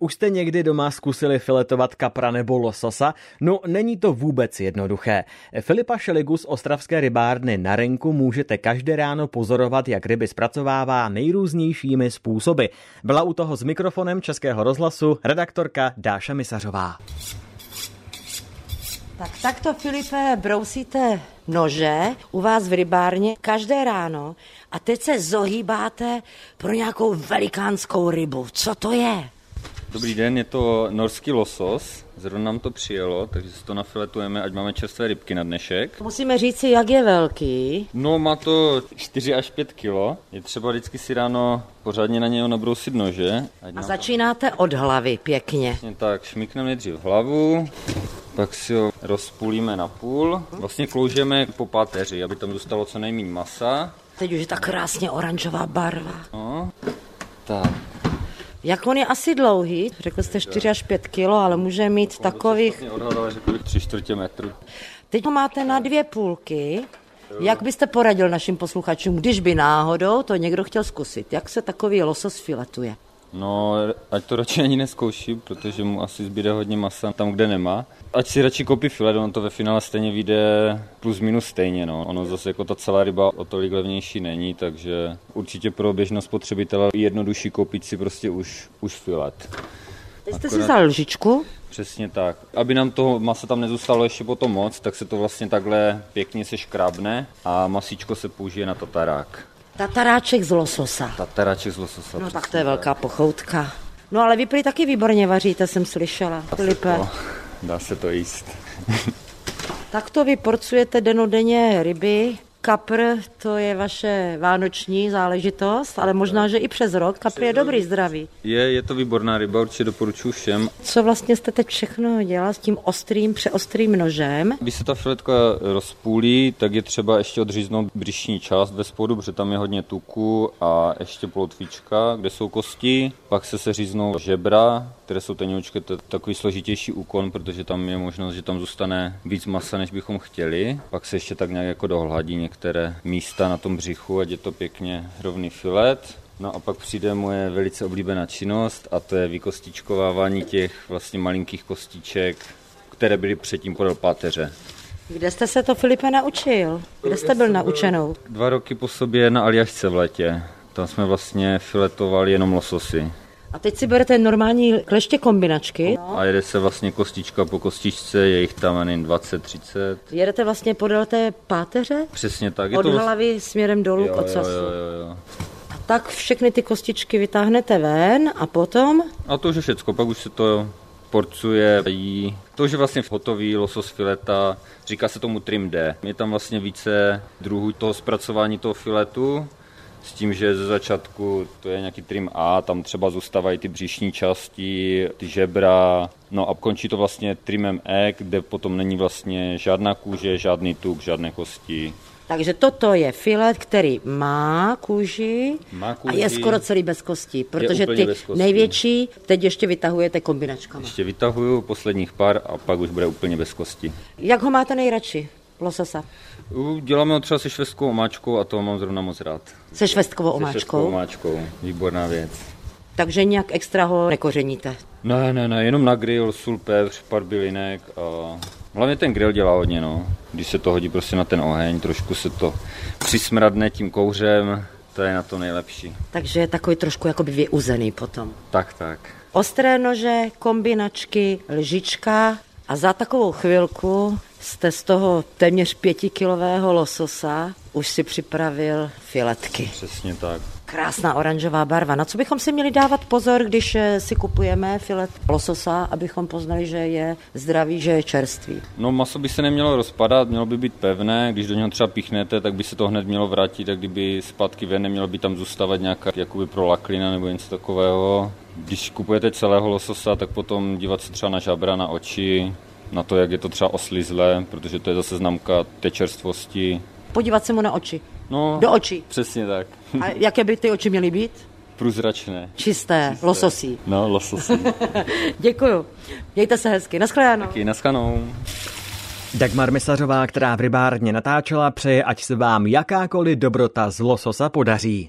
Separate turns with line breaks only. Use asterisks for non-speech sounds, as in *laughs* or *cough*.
Už jste někdy doma zkusili filetovat kapra nebo lososa? No, není to vůbec jednoduché. Filipa Šeligu z Ostravské rybárny na rynku můžete každé ráno pozorovat, jak ryby zpracovává nejrůznějšími způsoby. Byla u toho s mikrofonem Českého rozhlasu redaktorka Dáša Misařová.
Tak takto, Filipe, brousíte nože u vás v rybárně každé ráno a teď se zohýbáte pro nějakou velikánskou rybu. Co to je?
Dobrý den, je to norský losos. Zrovna nám to přijelo, takže si to nafiletujeme, ať máme čerstvé rybky na dnešek.
Musíme říct si, jak je velký.
No, má to 4 až 5 kilo. Je třeba vždycky si ráno pořádně na něj nabrousit nože. Ať
A
nám
začínáte od hlavy pěkně.
Přesně tak, šmikneme nejdřív hlavu, pak si ho rozpůlíme na půl. Vlastně kloužeme po páteři, aby tam zůstalo co nejméně masa.
Teď už je ta krásně oranžová barva.
No. Tak,
Jak on je asi dlouhý? Řekl jste 4 až 5 kilo, ale může mít takových...
mě odhadala, řekl bych 3 čtvrtě metru.
Teď ho máte na dvě půlky. Jak byste poradil našim posluchačům, když by náhodou to někdo chtěl zkusit? Jak se takový losos filetuje?
No, ať to radši ani neskouší, protože mu asi zbyde hodně masa tam, kde nemá. Ať si radši koupí filet, ono to ve finále stejně vyjde plus minus stejně, no. Ono zase jako ta celá ryba o tolik levnější není, takže určitě pro běžného spotřebitele je jednodušší koupit si prostě už, už filet.
Teď jste si
Akorát-
vzal lžičku,
Přesně tak. Aby nám toho masa tam nezůstalo ještě potom moc, tak se to vlastně takhle pěkně se škrábne a masíčko se použije na tatarák.
tataráček z lososa.
Tataráček z lososa.
No tak
přesně
to je velká pochoutka. No ale vy prý taky výborně vaříte, jsem slyšela, Filipe.
No, dá se to jíst.
Tak to vy porcujete denodenně ryby, Kapr, to je vaše vánoční záležitost, ale možná, že i přes rok. Kapr je dobrý, zdravý.
Je, je to výborná ryba, určitě doporučuji všem.
Co vlastně jste teď všechno dělal s tím ostrým, přeostrým nožem?
Když se ta filetka rozpůlí, tak je třeba ještě odříznout břišní část ve spodu, protože tam je hodně tuku a ještě ploutvička, kde jsou kosti. Pak se seříznou žebra, které jsou tenoučké, to je takový složitější úkon, protože tam je možnost, že tam zůstane víc masa, než bychom chtěli. Pak se ještě tak nějak jako dohladí některé místa na tom břichu, ať je to pěkně rovný filet. No a pak přijde moje velice oblíbená činnost a to je vykostičkovávání těch vlastně malinkých kostiček které byly předtím podél páteře.
Kde jste se to, Filipe, naučil? Kde jste byl naučenou?
Dva roky po sobě na Aljašce v letě. Tam jsme vlastně filetovali jenom lososy.
A teď si berete normální kleště kombinačky.
A jede se vlastně kostička po kostičce, je jich tam jen 20-30.
Jedete vlastně podél té páteře?
Přesně tak.
Od
vlastně...
hlavy směrem dolů k
jo, jo,
ocasu.
jo, jo, jo.
A tak všechny ty kostičky vytáhnete ven a potom
A to už je všecko, pak už se to porcuje, jí. To už je vlastně hotový losos fileta, říká se tomu trim D. Je tam vlastně více druhů toho zpracování toho filetu, s tím, že ze začátku to je nějaký trim A, tam třeba zůstávají ty břišní části, ty žebra, no a končí to vlastně trimem E, kde potom není vlastně žádná kůže, žádný tuk, žádné kosti.
takže toto je filet, který má kůži,
Má
a je
kůži.
skoro celý bez kostí, protože
úplně
ty
bez kostí.
největší teď ještě vytahujete kombinačkama.
Ještě vytahuju posledních pár a pak už bude úplně bez kosti.
Jak ho máte nejradši? Lososa.
U, Děláme ho třeba se švestkou omáčkou a toho mám zrovna moc rád.
Se švestkovou
Se švestkou
omáčkou.
omáčkou, výborná věc.
Takže nějak extra ho nekořeníte.
Ne, ne, ne, jenom na grill, sůl, pepř, pár bylinek a hlavně ten grill dělá hodně, no. Když se to hodí prostě na ten oheň, trošku se to přismradne tím kouřem, to je na to nejlepší.
Takže je takový trošku jakoby vyuzený potom.
Tak, tak.
Ostré nože, kombinačky, lžička a za takovou chvilku jste z toho téměř pětikilového lososa už si připravil filetky.
Přesně tak.
Krásná oranžová barva. Na co bychom si měli dávat pozor, když eh, si kupujeme filet lososa, abychom poznali, že je zdravý, že je čerstvý.
No maso by se nemělo rozpadat, mělo by být pevné, když do něho třeba píchnete, tak by se to hned mělo vrátit, tak kdyby zpátky ven, nemělo by tam zůstávat nějaká jakoby prolaklina nebo něco takového. Když kupujete celého lososa, tak potom dívat se třeba na žabra, na oči, na to, jak je to třeba oslizlé, protože to je zase známka té čerstvosti.
Podívat se mu na oči.
No,
Do očí.
přesně tak. *laughs*
A jaké by ty oči měly být?
Průzračné.
Čisté, Čisté. lososí.
No, lososy.
Děkuju. Mějte se hezky. Naschledanou.
Taky naskanou.
Dagmar Misařová, která v rybárně natáčela, přeje, ať se vám jakákoliv dobrota z lososa podaří.